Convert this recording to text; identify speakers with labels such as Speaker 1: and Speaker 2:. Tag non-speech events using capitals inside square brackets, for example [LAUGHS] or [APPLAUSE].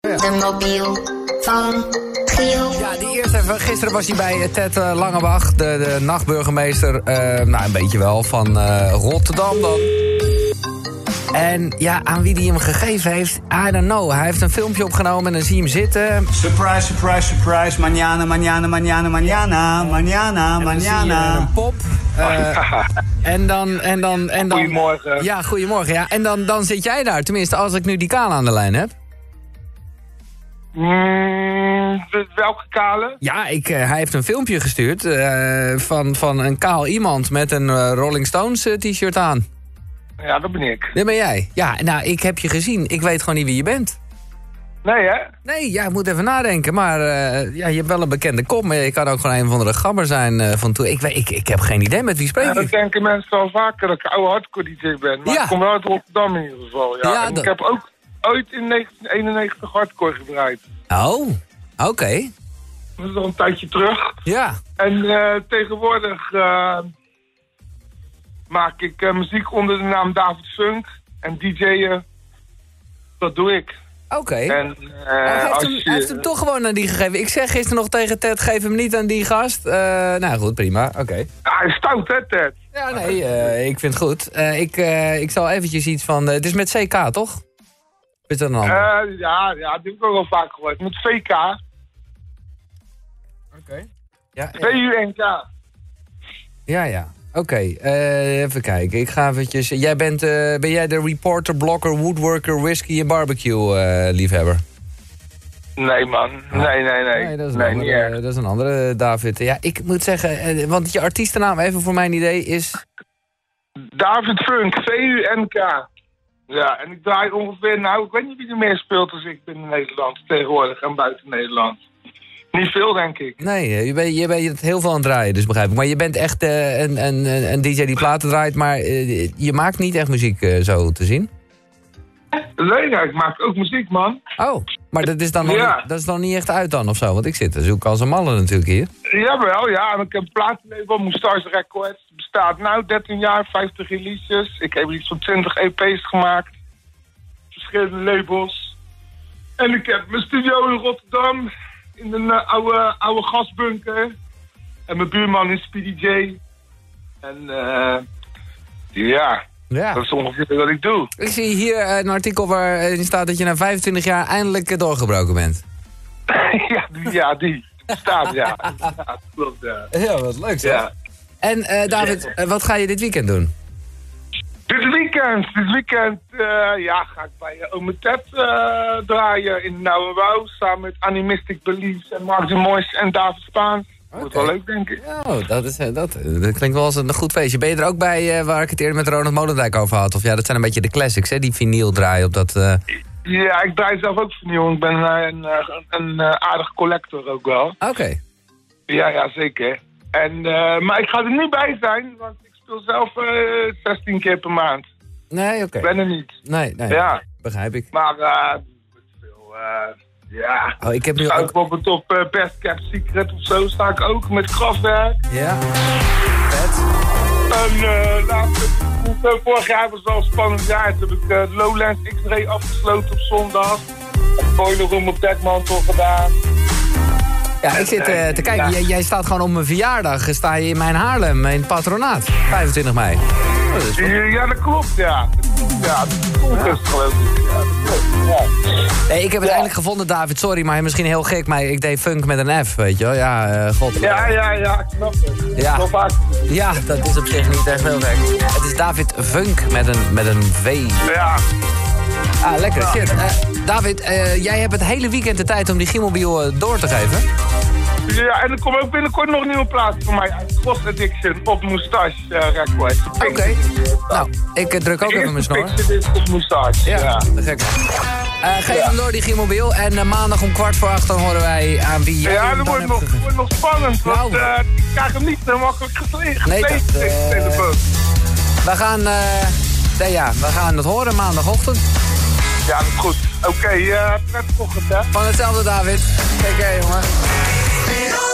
Speaker 1: de mobiel van Giel.
Speaker 2: Ja, die eerste even. Gisteren was hij bij eh, Ted eh, Langebach, de, de nachtburgemeester. eh, nou, een beetje wel, van eh, Rotterdam dan. En ja, aan wie hij hem gegeven heeft, I don't know. Hij heeft een filmpje opgenomen en dan zie je hem zitten.
Speaker 3: Surprise, surprise, surprise. Mañana, mañana, mañana, mañana. Mañana,
Speaker 2: Dan zie je
Speaker 3: mañana.
Speaker 2: een pop. eh, en dan, en dan, en dan...
Speaker 4: Goedemorgen.
Speaker 2: Ja, goedemorgen. Ja. En dan, dan zit jij daar, tenminste, als ik nu die kale aan de lijn heb. Hm.
Speaker 4: Mm, w- welke kale?
Speaker 2: Ja, ik, eh, hij heeft een filmpje gestuurd eh, van, van een kaal iemand met een eh, Rolling Stones eh, t-shirt aan.
Speaker 4: Ja, dat ben ik.
Speaker 2: Dit ben jij. Ja, nou, ik heb je gezien. Ik weet gewoon niet wie je bent.
Speaker 4: Nee, hè?
Speaker 2: Nee, ja, ik moet even nadenken. Maar eh, ja, je hebt wel een bekende kop. Maar je kan ook gewoon een van de gabber zijn eh, van toen. Ik, weet- ik, ik heb geen idee met wie
Speaker 4: En
Speaker 2: spreek
Speaker 4: dat
Speaker 2: ik.
Speaker 4: denken mensen wel vaker dat ik een oude hardcore DJ ben. Maar
Speaker 2: Ja.
Speaker 4: ik kom wel uit Rotterdam in ieder geval. Ja.
Speaker 2: Ja,
Speaker 4: En
Speaker 2: dat-
Speaker 4: Ik heb ook ooit in 1991 hardcore gedraaid.
Speaker 2: Oh, oké.
Speaker 4: Dat is al een tijdje terug.
Speaker 2: Ja.
Speaker 4: En eh, tegenwoordig eh, maak ik eh, muziek onder de naam David Funk. En DJ'en, dat doe ik.
Speaker 2: Oké.
Speaker 4: En, eh,
Speaker 2: Maar hij, heeft
Speaker 4: als
Speaker 2: hem,
Speaker 4: je-
Speaker 2: hij heeft hem toch gewoon aan die gegeven. Ik zeg gisteren nog tegen Ted, geef hem niet aan die gast. Eh, nou goed, prima. Oké.
Speaker 4: Ja, hij is stout, hè, Ted?
Speaker 2: Ja, nee, eh, ik vind het goed. Eh, ik, eh, ik zal eventjes iets van... eh, het is met CK, toch? Of Is dat een ander?
Speaker 4: Eh, ja, ja, dat heb ik ook al vaak gehoord. Met VK,
Speaker 2: ja, ja,
Speaker 4: BUNK.
Speaker 2: ja. ja. Oké, eh, even kijken. Ik ga eventjes... Jij bent, eh, ben jij de reporter, blogger, woodworker, whisky en barbecue eh, liefhebber?
Speaker 4: Nee, man. Nee, nee, nee.
Speaker 2: Ah. Nee, dat is een eh,
Speaker 4: nee, niet
Speaker 2: andere,
Speaker 4: echt.
Speaker 2: dat is een andere David. Ja, ik moet zeggen, eh, want je artiestennaam, even voor mijn idee, is...
Speaker 4: David Funk, V-U-N-K. Ja, en ik draai ongeveer, nou, ik weet niet wie er meer speelt als ik in Nederland tegenwoordig en buiten Nederland. Niet veel, denk ik.
Speaker 2: Nee, eh, je bent, je bent heel veel aan het draaien, dus begrijp ik. Maar je bent echt eh, een, een, een, een DJ die platen draait, maar eh, je maakt niet echt muziek eh, zo te zien.
Speaker 4: Leuk, ja, ik maak ook muziek, man.
Speaker 2: Oh, maar dat is dan, nog
Speaker 4: Ja.
Speaker 2: niet, dat is dan niet echt uit dan of zo? Want ik zit te zoeken als een malle natuurlijk hier.
Speaker 4: Jawel, ja, en ik heb een platenlabel, Moestars Records. Bestaat nou 13 jaar, 50 releases. Ik heb iets van 20 EP's gemaakt. Verschillende labels. En ik heb mijn studio in Rotterdam, in een eh, oude, oude gasbunker. En mijn buurman is Speedy J. En eh, ja, dat
Speaker 2: Ja.
Speaker 4: is ongeveer wat ik doe. [LAUGHS]
Speaker 2: Ik zie hier eh, een artikel waarin staat dat je na 25 jaar eindelijk eh, doorgebroken bent.
Speaker 4: ja, die, ja, die bestaat, ja. Ja, klopt, ja.
Speaker 2: Ja, wat leuk zeg.
Speaker 4: ja.
Speaker 2: En eh, David, eh, wat ga je dit weekend doen?
Speaker 4: Dit weekend, dit weekend eh, ja, ga ik bij uh, Ome Ted eh, draaien in Nauwe Wouw. Samen met Animistic Beliefs en Mark de Moois en David Spaans. Wordt wel
Speaker 2: Oké.
Speaker 4: leuk, denk ik.
Speaker 2: Oh, dat, is, eh, dat, eh, dat klinkt wel als een goed feestje. Ben je er ook bij eh, waar ik het eerder met Ronald Molendijk over had? Of ja, dat zijn een beetje de classics, hè? Die vinyl draaien op dat... eh,
Speaker 4: Ja, ik draai zelf ook vernieuwing. Ik ben eh, een, eh, een eh, aardig collector ook wel.
Speaker 2: Oké.
Speaker 4: Ja, ja, zeker. En, eh, maar ik ga er niet bij zijn, want ik speel zelf eh 16 keer per maand.
Speaker 2: Nee, oké.
Speaker 4: Ik ben er niet.
Speaker 2: Nee, nee.
Speaker 4: Ja.
Speaker 2: Begrijp ik.
Speaker 4: Maar, eh, veel, eh, ja...
Speaker 2: Oh, ik heb nu
Speaker 4: Sta
Speaker 2: ook...
Speaker 4: ik bijvoorbeeld op eh, Best Cap Secret of zo, sta ik ook met Kraftwerk.
Speaker 2: Ja. Vet.
Speaker 4: En eh, laatst heb ik gevoeld, eh, vorig jaar was wel een spannend jaar. Toen heb ik eh, Lowlands X-Ray afgesloten op zondag. Boiler Room op dekmantel gedaan.
Speaker 2: Ja, ik zit eh, te kijken. Jij, jij staat gewoon op mijn verjaardag. eh, Sta je in mijn Haarlem, in het patronaat. 25 mei. Oh, dat is wel-
Speaker 4: Eh, Ja, dat klopt, ja. Dat klopt, Ja, dat is onrust, geloof ik. Ja, dat klopt, ja.
Speaker 2: Nee, ik heb het eindelijk gevonden, David. Sorry, maar misschien heel gek. Maar ik deed funk met een F, weet je wel. Ja, eh, god.
Speaker 4: Ja, ja, ja, ik snap het.
Speaker 2: Ja.
Speaker 4: Wel vaak.
Speaker 2: Ja, dat is op zich niet echt heel gek. Het is David Funk met een, met een V.
Speaker 4: Ja,
Speaker 2: Ah, lekker. Shit. Eh, David, eh, jij hebt het hele weekend de tijd om die Gimmelbiel eh, door te geven.
Speaker 4: ja, en er komt ook binnenkort nog een nieuwe plaat voor mij. uit. Cross Addiction op Moustache eh, Records.
Speaker 2: Oké. Nou, ik eh, druk ook even mijn snor.
Speaker 4: Eerste picture is op Moustache, ja.
Speaker 2: te gek. Eh, geef hem door, die Gimmelbiel. En eh, maandag om kwart voor acht dan horen wij aan wie jij
Speaker 4: Ja,
Speaker 2: hem dan
Speaker 4: dat wordt
Speaker 2: hebt
Speaker 4: nog,
Speaker 2: gegeven.
Speaker 4: wordt nog spannend, want
Speaker 2: Nou.
Speaker 4: eh, ik krijg hem niet zo makkelijk gesleept.
Speaker 2: Nee, dat,
Speaker 4: gesleept, deze
Speaker 2: eh,
Speaker 4: telefoon.
Speaker 2: We gaan... eh, nee, ja, we gaan het horen maandagochtend.
Speaker 4: Ja, dat is goed. Oké, eh prettig ochtend, hè.
Speaker 2: Van hetzelfde, David. Kijk, hè, jongen.
Speaker 1: Rob